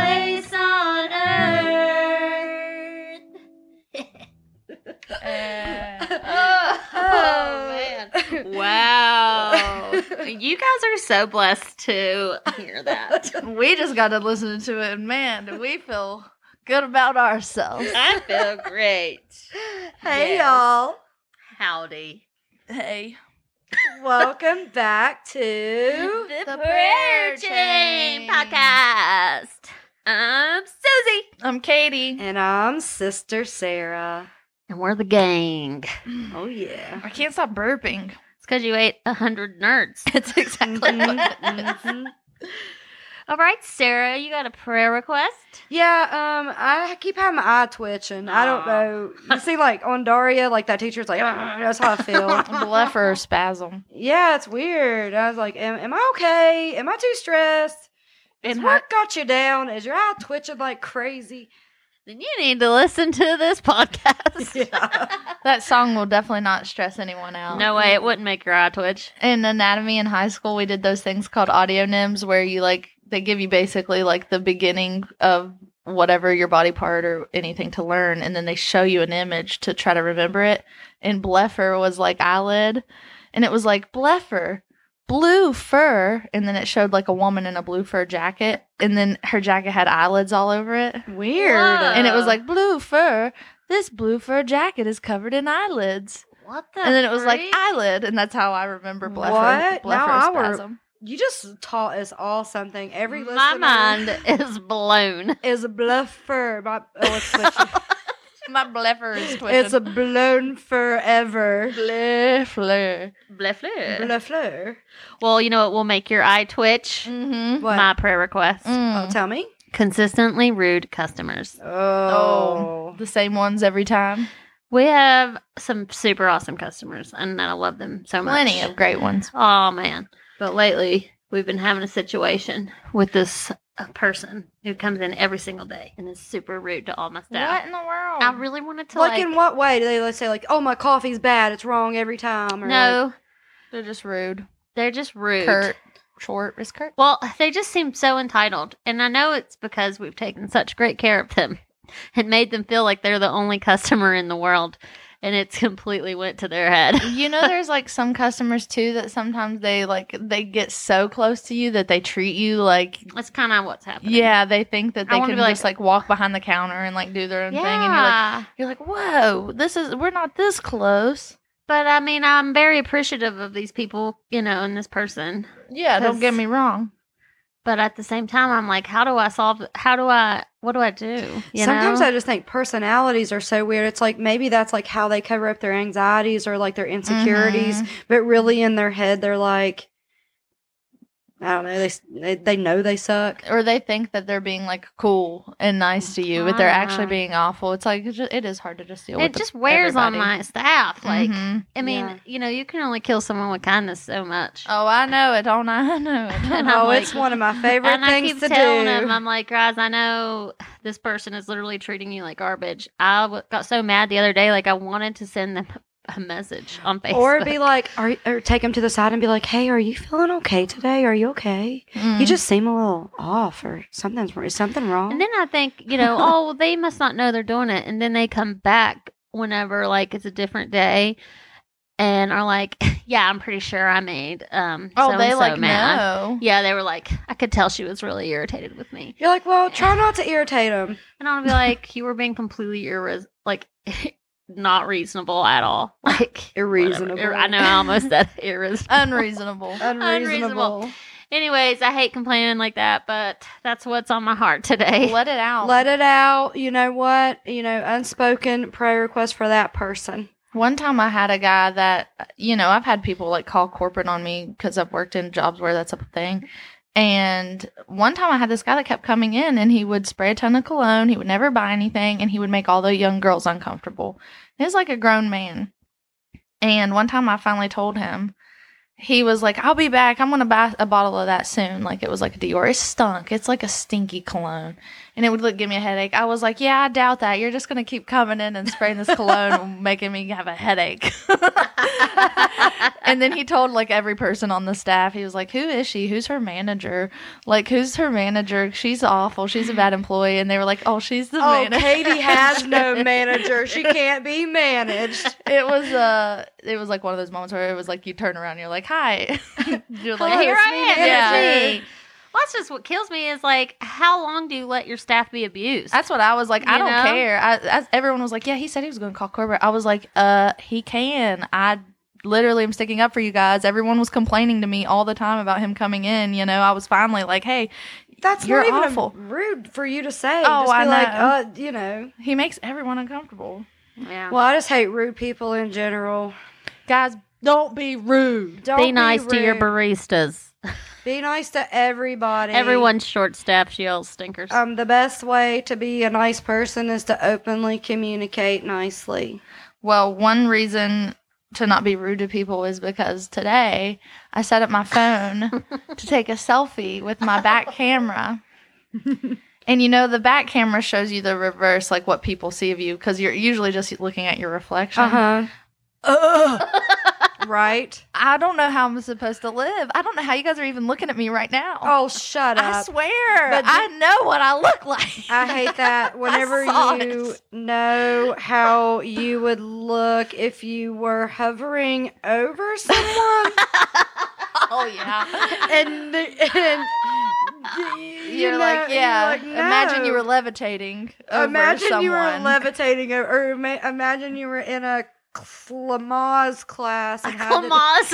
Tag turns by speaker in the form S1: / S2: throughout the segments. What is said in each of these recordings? S1: Uh, oh. you guys are so blessed to hear that.
S2: we just got to listen to it, and man, do we feel good about ourselves.
S1: I feel great.
S3: Hey
S1: Yes.
S3: y'all.
S1: Howdy.
S2: Hey,
S3: Welcome back to
S1: The,
S2: The
S1: Prayer
S2: Prayer
S1: Chain
S2: Chain.
S1: Podcast. I'm Susie.
S2: I'm Katie.
S3: And I'm Sister Sarah.
S1: And we're the gang.
S2: I
S3: Oh yeah.
S2: can't stop burping.
S1: It's because you ate a hundred nerds. That's exactly
S3: Mhm, mhm.
S1: All right, Sarah, you got a prayer request?
S3: Yeah, um, I keep having my eye twitching. I don't
S1: Aw.
S3: know. You see, like on Daria, like that teacher's like, "Ugh," that's how I feel.
S2: Bluffer spasm.
S3: yeah, it's weird. I was like, am, am I okay? Am I too stressed? Is
S2: And
S3: what got you down? Is your eye twitching like crazy?
S1: Then you need to listen to this podcast.
S3: Yeah.
S2: That song will definitely not stress anyone out.
S1: No way, it wouldn't make your eye twitch.
S2: in anatomy in high school we did those things called audionyms where you like they give you basically like the beginning of whatever your body part or anything to learn and then they show you an image to try to remember it and bleffer was like eyelid and it was like bleffer blue fur and then it showed like a woman in a blue fur jacket and then her jacket had eyelids all over it
S3: Weird.
S1: Whoa.
S2: and it was
S1: Oh.
S2: like blue fur this blue fur jacket is covered in eyelids
S1: What the?
S2: and then it was like
S1: freak?
S2: eyelid, and that's how I remember bleffer.
S3: What? Now I were-
S2: Blepharospasm.
S3: You just taught us all something. Every listener
S1: my mind is blown.
S3: is a bluffer. My, oh, it's switching.
S2: My bleffer is twisted.
S3: It's a blown forever.
S2: bleffer.
S1: Blefleur.
S3: Bluffer.
S1: Well, you know what will make your eye twitch?
S2: Mm-hmm. Mm.
S3: What?
S1: My prayer request.
S3: oh, tell me.
S1: Consistently rude customers.
S3: Oh.
S2: The same ones every time.
S1: We have some super awesome customers, and I love them so much.
S2: Plenty of great ones.
S1: Oh man! But lately, we've been having a situation with this uh, person who comes in every single day and is super rude to all my
S2: What
S1: staff.
S2: in the world?
S1: I really wanted to
S3: like,
S1: like.
S3: in what way do they let's say like, oh my coffee's bad, it's wrong every time? Or
S1: no,
S2: They're just rude.
S1: they're just rude.
S2: Kurt. Short is Kurt.
S1: Well, they just seem so entitled, and I know it's because we've taken such great care of them and made them feel like they're the only customer in the world, and it's completely went to their head.
S2: You know, there's like some customers too that sometimes they like they get so close to you that they treat you like
S1: That's kind of what's happening.
S2: yeah they think that
S1: I
S2: they
S1: wanna
S2: can
S1: be like-
S2: just like walk behind the counter and like do their own
S1: yeah.
S2: thing and you're like you're like whoa this is we're not this close
S1: but I mean, I'm very appreciative of these people, you know, and this person.
S2: Yeah, don't get
S1: Because-
S2: me wrong.
S1: But at the same time, I'm like, how do I solve? How do I? What do I do? You
S3: Sometimes
S1: know?
S3: I just think personalities are so weird. It's like maybe that's like how they cover up their anxieties or like their insecurities,
S1: Mm-hmm.
S2: Mhm.
S3: but really in their head they're like, I don't know. They s- they, they know they suck.
S2: Or they think that they're being like cool and nice to you, but they're actually
S1: Ah.
S2: being awful. It's like it's ju- it is hard to just deal with.
S1: it just wears on my staff. Like,
S2: Mhm.
S1: I mean,
S3: Yeah.
S1: you know, you can only kill someone with kindness so much.
S2: oh, I know it. Don't I know
S1: And
S2: it?
S1: I'm
S3: oh,
S1: like-
S3: it's one of my favorite
S1: and I
S3: things
S1: keep
S3: to
S1: telling
S3: do.
S1: him, I'm like, guys, I know this person is literally treating you like garbage. I w- got so mad the other day, like I wanted to send them a message on Facebook.
S3: or be like, are, or take him to the side and be like, "Hey, are you feeling okay today? Are you okay? You just seem a little off, or something's wr- is something wrong."
S1: Mm. and then I think, you know, oh, well, they must not know they're doing it, and then they come back whenever like it's a different day, and are like, yeah, I'm pretty sure I made um.
S2: oh, they
S1: so-and-so
S2: like
S1: mad.
S2: know.
S1: Yeah, they were like, I could tell she was really irritated with me.
S3: You're like, "Well, try not to irritate him."
S1: And I'll be like, you were being completely irres like not reasonable at all. Like whatever.
S3: Irreasonable.
S1: Ir- I know I almost said irreasonable.
S2: Unreasonable.
S3: Unreasonable.
S1: Anyways, I hate complaining like that, but that's what's on my heart today.
S2: Let it out.
S3: Let it out. You know what? You know, unspoken prayer request for that person.
S2: One time I had a guy that, you know, I've had people like call corporate on me because I've worked in jobs where that's a thing. And one time I had this guy that kept coming in and he would spray a ton of cologne. He would never buy anything and he would make all the young girls uncomfortable. He was like a grown man. And one time I finally told him, he was like, I'll be back. I'm going to buy a bottle of that soon. Like it was like a Dior. It stunk. It's like a stinky cologne. And it would like, give me a headache. I was like, yeah, I doubt that. You're just going to keep coming in and spraying this cologne, making me have a headache. and then he told like every person on the staff, he was like, who is she? Who's her manager? Like, who's her manager? She's awful. She's a bad employee. And they were like, oh, she's the
S3: Oh,
S2: manager.
S3: Katie has no manager. She can't be managed.
S2: it was uh it was like one of those moments where it was like you turn around, and you're like, "Hi,"
S1: Hello,
S2: you're like,
S1: here
S2: it's
S1: I
S2: me,
S1: am.
S2: Nancy."
S1: It's me. Well, that's just what kills me is like, how long do you let your staff be abused?
S2: That's what I was like. I
S1: You
S2: don't
S1: know?
S2: care. I, as everyone was like, yeah, he said he was going to call Corbett. I was like, uh, he can. I literally am sticking up for you guys. Everyone was complaining to me all the time about him coming in. You know, I was finally like, hey,
S3: That's
S2: You're
S3: not even
S2: awful.
S3: rude for you to say.
S2: Oh,
S3: just be
S2: I
S3: like,
S2: know.
S3: uh, you know.
S2: he makes everyone uncomfortable.
S1: yeah.
S3: Well, I just hate rude people in general.
S2: Guys, don't be rude.
S3: Don't
S1: be nice to your
S3: rude.
S1: baristas.
S3: Be nice to everybody.
S1: Everyone's short staffed, yells, stinkers.
S3: Um, the best way to be a nice person is to openly communicate nicely.
S2: Well, one reason to not be rude to people is because today I set up my phone to take a selfie with my back camera. And you know the back camera shows you the reverse, like what people see of you, because you're usually just looking at your reflection.
S3: Uh huh. right.
S2: I don't know how I'm supposed to live. I don't know how you guys are even looking at me right now.
S3: Oh, shut
S2: I
S3: up.
S2: swear,
S3: But
S2: I know what I look like.
S3: I hate that. Whenever
S2: saw
S3: you
S2: it.
S3: know how you would look if you were hovering over someone,
S2: oh yeah.
S3: and and you
S2: You're
S3: know,
S2: like,
S3: you're
S2: yeah.
S3: like,
S2: Imagine you
S3: no.
S2: were levitating. Over
S3: imagine
S2: someone.
S3: you were levitating o- or, ima- imagine you were in a cl- Lamaze class and had to-
S1: Kamas.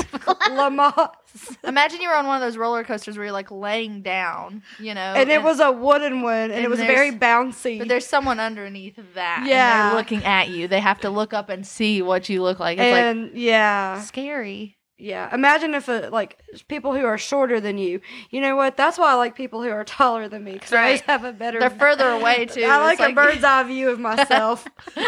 S3: Lamaze
S2: Imagine you were on one of those roller coasters where you're like laying down, you know,
S3: and it was a wooden one and, it
S2: Oh, and
S3: was
S2: there's-
S3: very bouncy
S2: But there's someone underneath that. and
S3: Yeah.
S2: they're looking at you. They have to look up and see what you look like. It's
S3: and
S2: like
S3: yeah
S2: scary.
S3: yeah imagine if uh like people who are shorter than you you know what that's why i like people who are taller than me because i always
S2: Right.
S3: have a better
S2: They're further away too.
S3: i like
S2: It's
S3: a bird's eye view of myself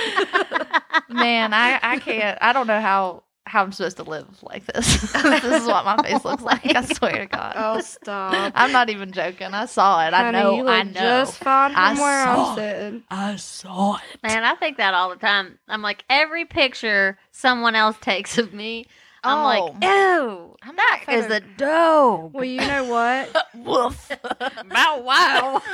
S2: Man, I, I can't. I don't know how how I'm supposed to live like this. this is what my face looks like. I swear to God.
S3: oh stop
S2: I'm not even joking. I saw it. I
S3: Honey,
S2: know.
S3: you
S2: I
S3: look
S2: know.
S3: just fine from
S2: I
S3: where
S2: saw
S3: i'm
S2: it.
S3: sitting
S2: I saw it.
S1: Man, I think that all the time. I'm like, every picture someone else takes of me, I'm like,
S2: Oh.
S1: ew,
S2: I'm
S1: that
S2: not
S1: is a
S2: feathered.
S1: dog.
S3: well you know what
S2: Woof.
S1: Bow wow.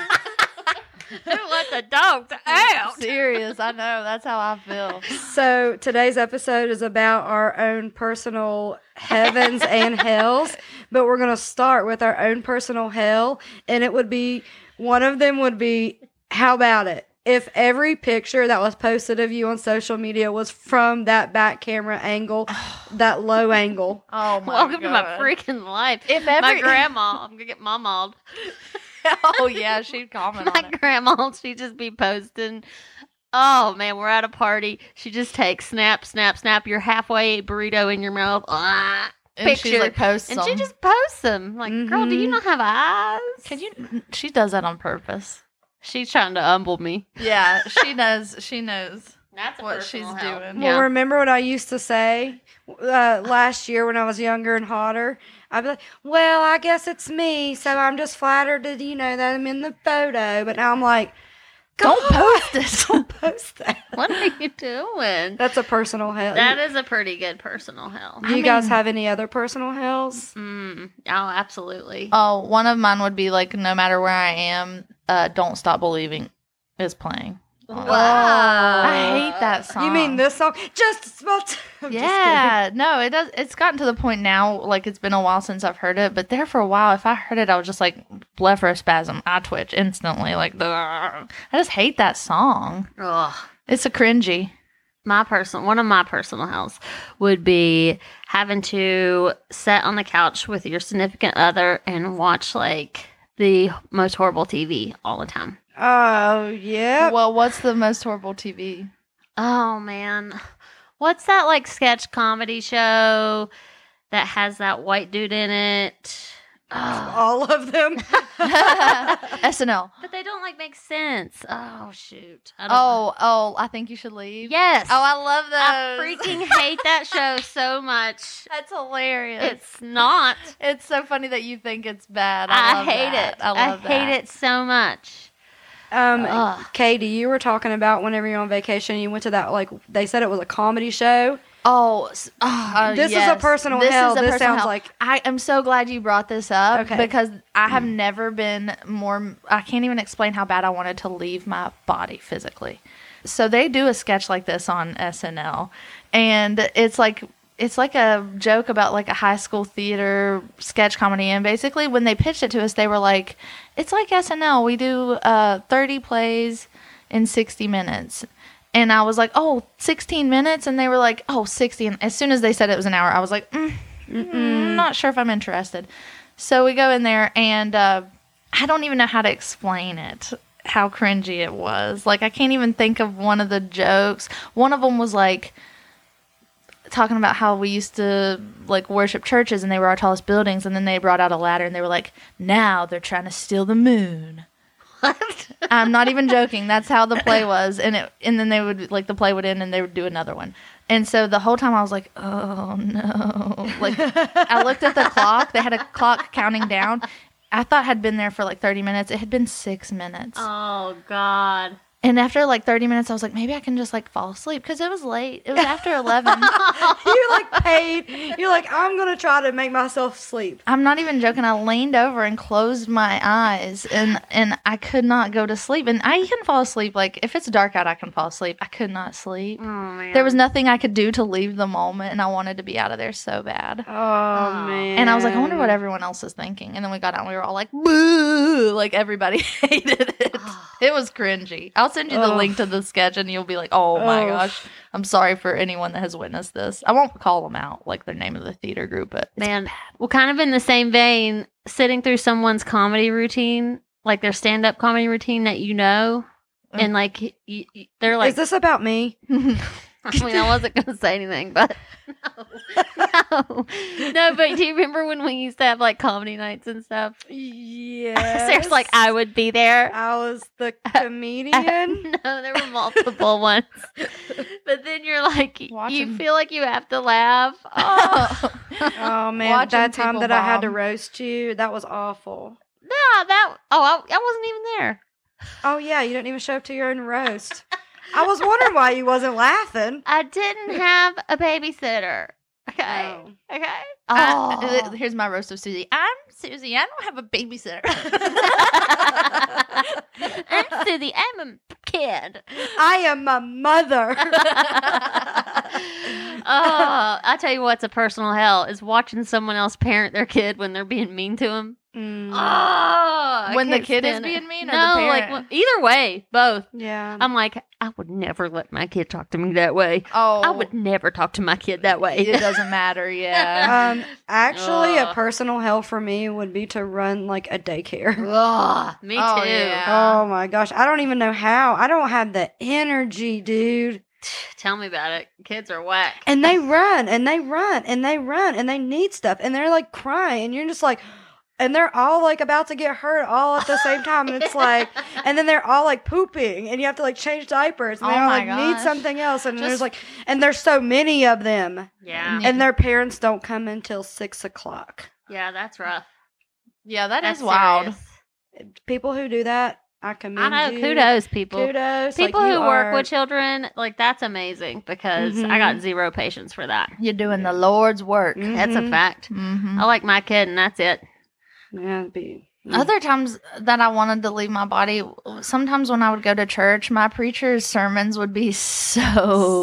S1: Who let the
S2: Oh
S1: dogs out?
S2: Serious. I know. That's how I feel.
S3: So today's episode is about our own personal heavens and hells, but we're gonna start with our own personal hell, and it would be one of them would be how about it? If every picture that was posted of you on social media was from that back camera angle, that low angle.
S2: Oh my
S1: Welcome
S2: God.
S1: to my freaking life.
S2: If every
S1: my grandma, I'm gonna get mom mauled.
S2: oh yeah, she'd comment on
S1: my
S2: it.
S1: grandma she just be posting oh man we're at a party she just takes snap snap snap your halfway burrito in your mouth ah,
S2: And she's
S1: picture.
S2: like posts
S1: and she
S2: them.
S1: just posts them like girl do you
S3: Mhm.
S1: not have eyes
S2: Mm-hmm. Can you? She does that on purpose.
S1: she's trying to humble me
S2: Yeah, she knows. She knows.
S1: that's a
S2: What
S1: personal
S2: she's
S1: hell.
S2: doing.
S1: yeah.
S3: Well, remember what I used to say uh, last year when I was younger and hotter? I'd be like, well, I guess it's me, so I'm just flattered that, you know, that I'm in the photo. But now I'm like,
S2: Don't
S3: God,
S2: post this.
S3: don't post that.
S1: what are you doing
S3: That's a personal hell.
S1: that is a pretty good personal hell
S3: Do you guys
S2: mean-
S3: have any other personal hells?
S1: mm, oh absolutely
S2: Oh, one of mine would be like, no matter where I am, uh, don't stop believing is playing.
S1: Wow.
S2: I hate that song.
S3: You mean this song? Just about. I'm just kidding.
S2: yeah, no, it does. It's gotten to the point now. Like it's been a while since I've heard it, but there for a while, if I heard it, I was just like blepharospasm. I twitch instantly. Like the, I just hate that song.
S1: Ugh.
S2: It's a cringy.
S1: my personal one of my personal hells would be having to sit on the couch with your significant other and watch like the most horrible TV all the time.
S3: Oh, yeah.
S2: Well, what's the most horrible TV?
S1: Oh man. What's that like sketch comedy show that has that white dude in it? Oh.
S3: All of them.
S2: SNL.
S1: But they don't like make sense. Oh shoot. I don't know.
S2: Oh, oh, I think you should leave.
S1: yes.
S2: Oh, I love those.
S1: I freaking hate that show so much.
S2: That's hilarious. It's
S1: It's not
S2: it's so funny that you think it's bad.
S1: I,
S2: I, love
S1: hate
S2: that.
S1: it.
S2: I love
S1: hate
S2: that.
S1: it so much.
S3: Um,
S1: Ugh.
S3: Katie, you were talking about whenever you're on vacation, you went to that like they said it was a comedy show.
S2: Oh, s- oh,
S3: This is a
S2: yes.
S3: personal hell. This sounds
S2: hell.
S3: like-
S2: I am so glad you brought this up
S3: Okay.
S2: because I have never been more. I can't even explain how bad I wanted to leave my body physically. So they do a sketch like this on SNL, and it's like it's like a joke about like a high school theater sketch comedy and basically when they pitched it to us they were like it's like SNL we do uh 30 plays in 60 minutes and I was like oh 16 minutes and they were like oh 60 and as soon as they said it was an hour I was like mm, mm, not sure if I'm interested so we go in there and uh I don't even know how to explain it how cringy it was like I can't even think of one of the jokes one of them was like talking about how we used to like worship churches and they were our tallest buildings and then they brought out a ladder and they were like now they're trying to steal the moon i'm not even joking that's how the play was and it and then they would like the play would end and they would do another one and so the whole time i was like oh no like i looked at the clock they had a clock counting down i thought had been there for like 30 minutes it had been six minutes
S1: Oh God.
S2: and after like 30 minutes i was like maybe i can just like fall asleep because it was late it was after 11
S3: you like paid. You're like, I'm gonna try to make myself sleep.
S2: I'm not even joking. I leaned over and closed my eyes, and and I could not go to sleep. And I can fall asleep. Like if it's dark out, I can fall asleep. I could not sleep.
S1: Oh man.
S2: There was nothing I could do to leave the moment, and I wanted to be out of there so bad.
S3: Oh,
S1: man.
S2: And I was like, I wonder what everyone else is thinking. And then we got out, and we were all like, "Boo!" Like everybody hated it. It was cringy. I'll send you the
S3: Ugh.
S2: link to the sketch, and you'll be like, "Oh my
S3: Ugh.
S2: gosh!" I'm sorry for anyone that has witnessed this. I won't call them out like their name of the theater group, but
S1: man. Well, kind of in the same vein, sitting through someone's comedy routine, like their stand-up comedy routine that you know,
S2: Mm.
S1: and like y- y- they're
S3: Is
S1: like,
S3: this about me?
S1: I mean, I wasn't gonna say anything, but no, no, no. But do you remember when we used to have like comedy nights and stuff?
S3: Yeah.
S1: Sarah's like, I would be there.
S3: I was the comedian.
S1: no, there were multiple ones. But then you're like, you
S2: Watching-
S1: feel like you have to laugh. Oh,
S2: oh.
S3: Oh man,
S2: Watching
S3: that time
S2: people
S3: that I had to
S2: bomb.
S3: roast you, that was awful.
S1: no, that. Oh, I, I wasn't even there.
S3: Oh yeah, you didn't even show up to your own roast. I was wondering why you wasn't laughing.
S1: I didn't have a babysitter. Okay.
S3: Oh.
S1: Okay.
S2: I-
S1: Oh.
S2: Uh, th- here's my roast of Susie. I'm Susie. I don't have a babysitter.
S1: I'm Susie. I'm a kid.
S3: I am a mother.
S1: oh, I tell you what's a personal hell is watching someone else parent their kid when they're being mean to them. Oh,
S3: Mm,
S1: Ah, I
S2: When the
S1: can't
S2: kid is
S1: stand it.
S2: being mean or the
S1: no, like
S2: parent?
S1: wh- either way, both.
S3: yeah.
S1: I'm like, I would never let my kid talk to me that way.
S2: oh,
S1: I would never talk to my kid that way.
S2: It doesn't matter. Yeah.
S3: um, actually, a
S1: Ugh.
S3: personal hell for me would be to run like a daycare.
S1: Ugh, me
S2: Oh,
S1: too.
S2: yeah.
S1: Um,
S3: Oh my gosh, I don't even know how. I don't have the energy, dude.
S1: Tell me about it. Kids are whack.
S3: And they run and they run and they run and they need stuff and they're like crying and you're just like and they're all like about to get hurt all at the same time and it's like and then they're all like pooping and you have to like change diapers and
S2: Oh
S3: they all
S2: my
S3: like need
S2: gosh.
S3: something else and there's
S2: Just-
S3: like and there's so many of them
S1: yeah,
S3: and their parents don't come until six o'clock.
S1: yeah, that's rough.
S2: yeah, that
S1: that's
S2: is wild.
S1: serious.
S3: People who do that, I commend
S1: I know.
S3: you.
S1: Kudos, people.
S3: Kudos.
S1: People
S3: Like, you
S1: who work
S3: are-
S1: with children, like that's amazing because I got zero patience for that.
S2: You're doing the Lord's Mm-hmm. work.
S3: Mm.
S1: That's a
S3: Mhm.
S1: fact.
S2: Mhm.
S1: I like my kid, and that's it.
S3: Yeah, it'd be.
S2: Other times that I wanted to leave my body, sometimes when I would go to church, my preacher's sermons would be so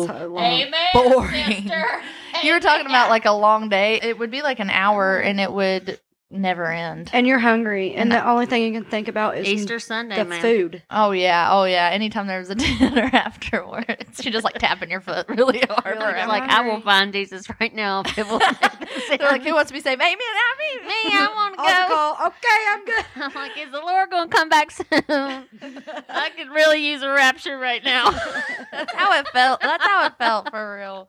S3: so long.
S2: boring. You were talking about like a long day. It would be like an hour and it would never end.
S3: and you're hungry,
S2: And
S3: and the only thing you can think about is
S1: Easter Sunday,
S3: the
S1: man.
S3: food.
S2: Oh yeah, oh yeah. Anytime there was a dinner afterwards, you just like tapping your foot really hard.
S3: You're like,
S2: forever.
S1: It's
S3: I'm
S1: like I will
S3: hungry.
S1: find Jesus right now. if It will make this
S2: They're like,
S1: sandwich.
S2: who wants to be saved? Amen, not
S1: me. I want to go.
S3: All the call. Okay, I'm good.
S1: I'm like, is the Lord going to come back soon? I could really use a rapture right now.
S2: That's how it felt. That's how it felt for real.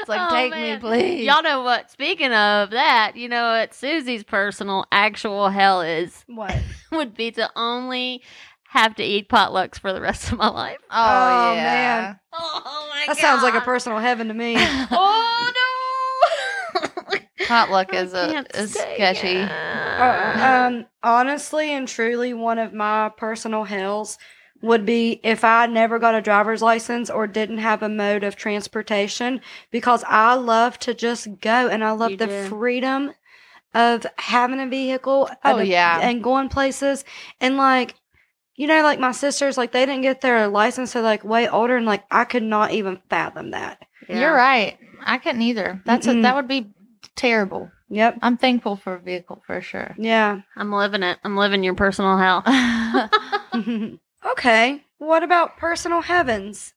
S2: It's like,
S1: Oh,
S2: take
S1: man.
S2: me, please.
S1: Y'all know what? Speaking of that, you know what Susie's personal actual hell is
S3: What?
S1: would be to only have to eat potlucks for the rest of my life.
S2: oh,
S3: Oh,
S2: yeah.
S1: Oh my
S3: That sounds like a personal heaven to me.
S1: Oh no.
S2: Potluck
S1: I
S2: is a
S1: can't
S2: is
S1: say
S2: sketchy.
S1: it.
S3: Uh, um, honestly and truly, one of my personal hells would be if I never got a driver's license or didn't have a mode of transportation because I love to just go and I love
S1: You
S3: the
S1: do.
S3: freedom of having a vehicle.
S2: Oh,
S3: and-
S2: yeah.
S3: and going places and like. You know, like my sisters, like they didn't get their license till like way older, and like I could not even fathom that.
S2: You're right. I couldn't either. That's a,
S3: Mm-mm.
S2: that would be terrible.
S3: Yep.
S2: I'm thankful for a vehicle for sure.
S3: Yeah.
S1: I'm living it. I'm living your personal hell.
S3: okay. What about personal heavens?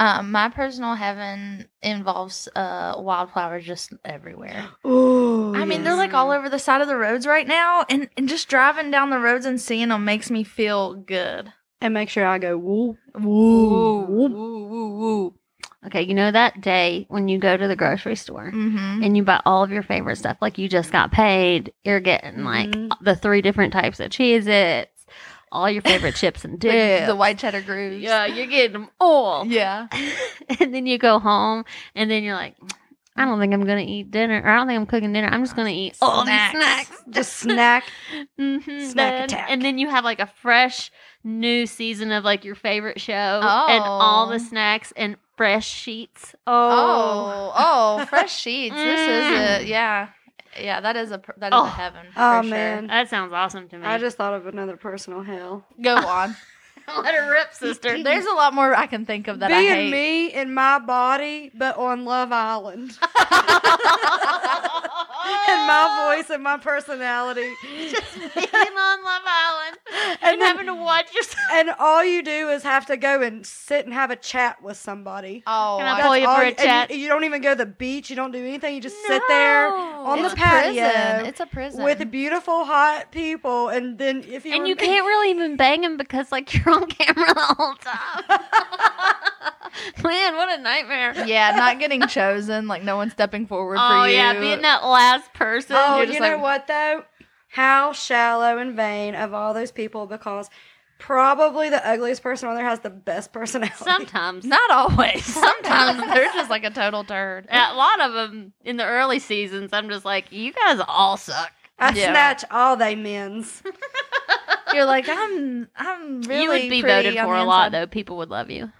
S2: um, my personal heaven involves uh, wildflowers just everywhere.
S3: Ooh.
S2: I mean, they're like all over the side of the roads right now, and, and just driving down the roads and seeing them makes me feel good.
S3: and make sure I go woo
S1: Woo, woo,
S3: woo.
S1: woo, woo. Okay, you know that day when you go to the grocery store
S2: Mm-hmm.
S1: and you buy all of your favorite stuff, like you just got paid, you're getting like
S3: Mhm.
S2: Mm-hmm.
S1: the three different types of Cheez Its, all your favorite chips and dips.
S2: The, the white cheddar grooves.
S1: yeah, you're getting them all.
S2: Yeah.
S1: and then you go home and then you're like, I don't think I'm gonna eat dinner, or I don't think I'm cooking dinner. I'm just gonna eat all these
S2: Snacks.
S1: snacks.
S3: Just snack.
S1: Mhm,
S3: Snack
S1: then-
S3: attack.
S1: And then you have like a fresh new season of like your favorite show and all
S2: Oh.
S1: the snacks and fresh sheets.
S2: Oh, oh, fresh sheets. This is
S1: Mm.
S2: a yeah, yeah. That is a pr- that is
S1: Oh.
S2: a heaven. For
S3: Oh,
S2: sure.
S3: man.
S1: that sounds awesome to me.
S3: I just thought of another personal hell.
S2: go on.
S1: let it rip, sister.
S2: There's a lot more I can think of that I
S3: Being
S2: hate.
S3: me in my body, but on Love Island. and
S2: Oh.
S3: my voice and my personality.
S1: just being on Love Island and,
S3: And then-
S1: having to watch yourself.
S3: And all you do is have to go and sit and have a chat with somebody.
S2: Oh,
S1: Can I
S2: I-
S1: pull you
S3: all
S1: for a
S3: and
S1: chat?
S3: You, you don't even go to the beach. You don't do anything. You just sit there on
S2: it's
S3: the
S2: a
S3: patio
S2: prison. It's a prison.
S3: with beautiful, hot people. And then if you
S1: and
S3: were-
S1: you can't really even bang him because like you're on camera the whole time. Man, what a nightmare.
S2: yeah, not getting chosen. Like no one stepping forward
S1: Oh
S2: for you.
S1: yeah, being that last person.
S3: Oh,
S2: you're
S3: you
S2: just
S3: know
S2: like-
S3: what though? How shallow and vain of all those people because probably the ugliest person on there has the best personality.
S1: Sometimes.
S2: Not always. Sometimes they're just like a total turd.
S1: a lot of them in the early seasons, I'm just like, you guys all suck.
S3: I
S2: Yeah.
S3: snatch all they men's.
S2: You're like I'm. I'm really.
S1: you would be
S2: pretty
S1: voted
S2: on
S1: for
S2: the
S1: a lot,
S2: inside.
S1: though. People would love you.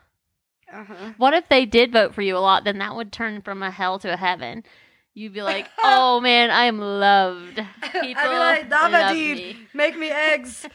S3: Uh-huh.
S1: What if they did vote for you a lot? Then that would turn from a hell to a heaven. You'd be like, oh man, I am loved. People
S3: I'd be like,
S1: love
S3: Dava dude,
S1: me.
S3: make me eggs.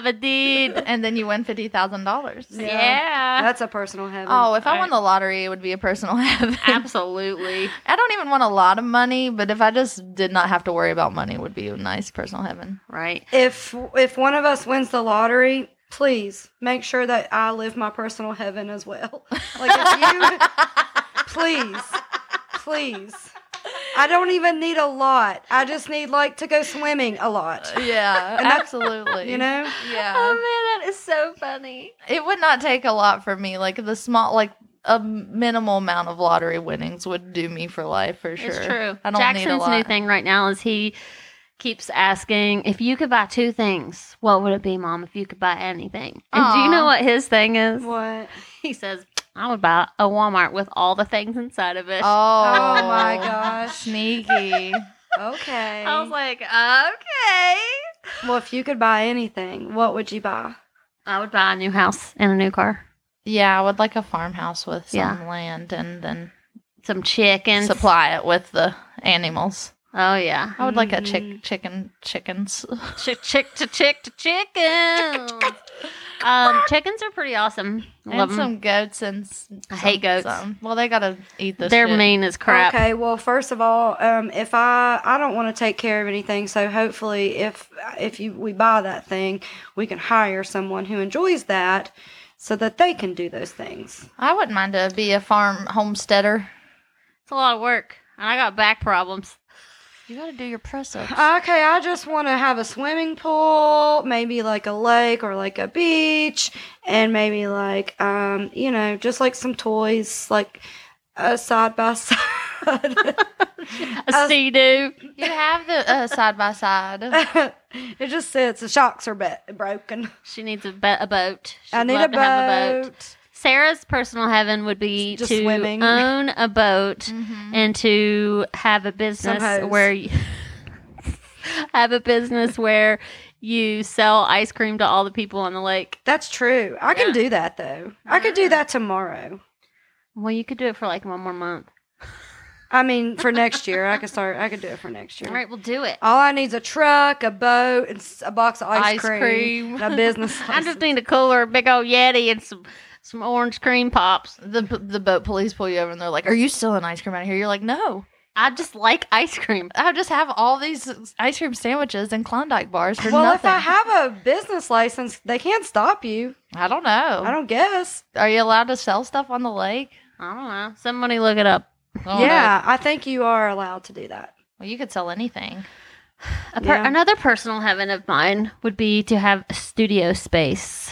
S1: Davidid.
S2: And then you win fifty thousand dollars.
S3: Yeah.
S1: Yeah.
S3: That's a personal heaven.
S2: Oh, if I
S1: Right.
S2: won the lottery, it would be a personal heaven.
S1: Absolutely.
S2: I don't even want a lot of money, but if I just did not have to worry about money, it would be a nice personal heaven.
S1: Right.
S3: if if one of us wins the lottery, please make sure that I live my personal heaven as well. Like if you please, please. I don't even need a lot. I just need like to go swimming a lot.
S2: Yeah,
S3: And that's-
S2: absolutely.
S3: You know?
S1: Oh
S2: Yeah,
S1: man, that is so funny.
S2: it would not take a lot for me. Like the small, like a minimal amount of lottery winnings would do me for life for sure.
S1: It's true.
S2: I don't
S1: Jackson's
S2: need a lot.
S1: new thing right now is he keeps asking if you could buy two things, what would it be, Mom? If you could buy anything, and do you
S2: Aw.
S1: know what his thing is?
S3: What?
S1: He says, "I would buy a Walmart with all the things inside of it."
S2: Oh,
S3: Oh my gosh.
S2: sneaky.
S3: Okay.
S1: I was like, "Okay."
S3: well, if you could buy anything, what would you buy?
S1: I would buy a new house and a new car,
S2: Yeah, I would like a farmhouse with some
S1: Yeah.
S2: land and then
S1: some chickens.
S2: supply it with the animals.
S1: Oh yeah,
S2: I would like a
S3: Mm.
S1: Mm-hmm.
S2: chick, chicken, chickens.
S1: chick chick to chick to chicken. Um, chickens are pretty awesome. Love
S2: and
S1: 'em.
S2: some goats and s-
S1: I hate goats.
S2: some- Well, they gotta eat this.
S1: They're
S2: shit.
S1: mean as crap.
S3: Okay, well, first of all, um, if I I don't want to take care of anything, so hopefully, if if you we buy that thing, we can hire someone who enjoys that, so that they can do those things.
S2: I wouldn't mind to be a farm homesteader.
S1: It's a lot of work, and I got back problems.
S2: You gotta do your press ups.
S3: Okay, I just want to have a swimming pool, maybe like a lake or like a beach, and maybe like um, you know, just like some toys, like a side by side.
S1: a sea doo.
S2: you have the uh, side by side.
S3: it just says the shocks are be- broken.
S1: She needs a, be- a boat. She'd
S3: I need
S1: love
S3: a
S1: to have a boat.
S3: boat.
S1: Sarah's personal heaven would be
S3: Just
S1: to
S3: swimming. Mm-hmm.
S1: own a boat and to have a business
S3: hose.
S1: where you have a business where you sell ice cream to all the people on the lake.
S3: That's true. I can
S1: Yeah.
S3: do that though. I could do that tomorrow.
S1: Well, you could do it for like one more month.
S3: I mean, for next year, I could start. I could do it for next year.
S1: All right, we'll do it.
S3: All I need is a truck, a boat, and s- a box of ice,
S2: Ice
S3: cream,
S2: cream.
S3: and a business.
S1: I just
S3: license.
S1: need a cooler, a big old Yeti, and some some orange cream pops.
S2: The the boat police pull you over and they're like, "Are you still an ice cream out here?" You're like, "No,
S1: I just like ice cream.
S2: I just have all these ice cream sandwiches and Klondike bars for
S3: well,
S2: nothing."
S3: if I have a business license, they can't stop you.
S2: I don't know.
S3: I don't guess.
S2: Are you allowed to sell stuff on the lake?
S1: I don't know. Somebody look it up.
S2: I don't know.
S3: yeah, I think you are allowed to do that.
S2: Well, you could sell anything.
S1: A per-
S3: Yeah.
S1: Another personal heaven of mine would be to have a studio space,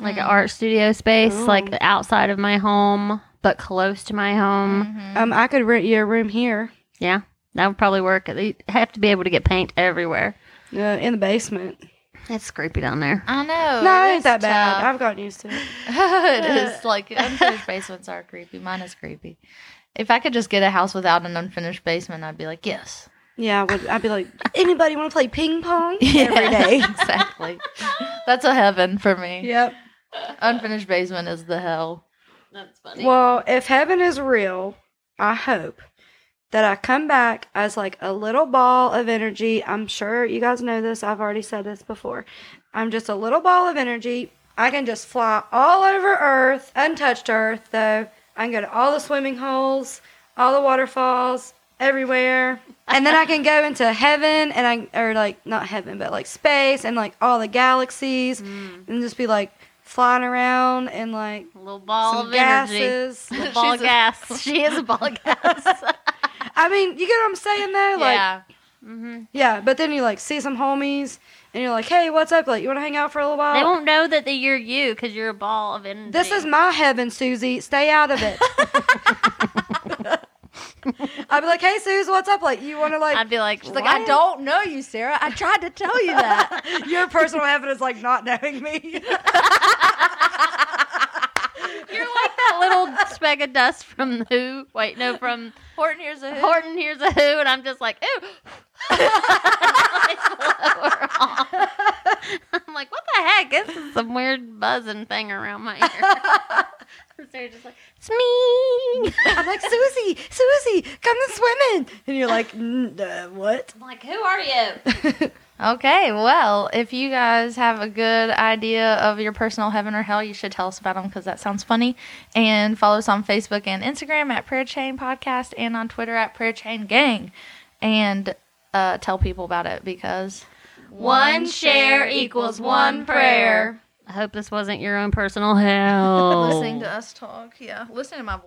S1: like an
S2: Mm.
S1: art studio space, like
S3: Ooh.
S1: outside of my home, but close to my home.
S2: Mhm.
S3: Um, I could rent you a room here,
S1: That would probably work. You have to be able to get paint everywhere.
S3: uh, in the basement.
S1: It's creepy down there.
S2: I know.
S3: no,
S2: it
S3: it ain't
S2: is
S3: Oh, that bad.
S2: tough.
S3: I've gotten used to it.
S2: it is like unfinished basements are creepy. Mine is creepy. If I could just get a house without an unfinished basement, I'd be like, yes,
S3: Yeah, I would, I'd be like, anybody want to play ping pong every
S2: Yeah,
S3: day?
S2: exactly. That's a heaven for me.
S3: yep.
S2: Unfinished basement is the hell.
S1: That's funny.
S3: Well, if heaven is real, I hope that I come back as like a little ball of energy. I'm sure you guys know this. I've already said this before. I'm just a little ball of energy. I can just fly all over Earth, untouched Earth, though. I can go to all the swimming holes, all the waterfalls, everywhere. And then I can go into heaven and I, or like not heaven, but like space and like all the galaxies and just be like flying around and like
S1: a little ball
S3: some
S1: of energy.
S3: gases.
S1: A ball of
S2: She's a-
S1: gas. she is a ball of gas.
S3: I mean, you get what I'm saying though? Like yeah.
S2: yeah.
S1: hmm
S3: but then you like see some homies and you're like, Hey, what's up? Like, you wanna hang out for a little
S1: They
S3: while?
S1: won't know that you're you because you're a ball of energy.
S3: This is my heaven, Susie. Stay out of it. I'd be like, Hey Suze, what's up? Like you wanna like
S1: I'd be like,
S2: She's like, I
S1: "What?"
S2: don't know you, Sarah. I tried to tell you that.
S3: your personal heaven is like not knowing me.
S1: You're like that little speck of dust from Who. Wait, no, from
S2: Horton, here's a hoop.
S1: Horton Here's a Who, and I'm just like, ooh. I'm like, what the heck? This is some weird buzzing thing around my ear. so you're just like, it's me.
S3: I'm like, Susie, Susie, come to swimming. And you're like, "N- uh, what?
S1: I'm like, who are you?
S2: Okay, well, if you guys have a good idea of your personal heaven or hell, you should tell us about them because that sounds funny. And follow us on Facebook and Instagram at Prayer Chain Podcast and on Twitter at Prayer Chain Gang. And uh, tell people about it because
S1: One share equals one prayer. I hope this wasn't your own personal hell.
S2: Listening to us talk, yeah. Listen to my voice.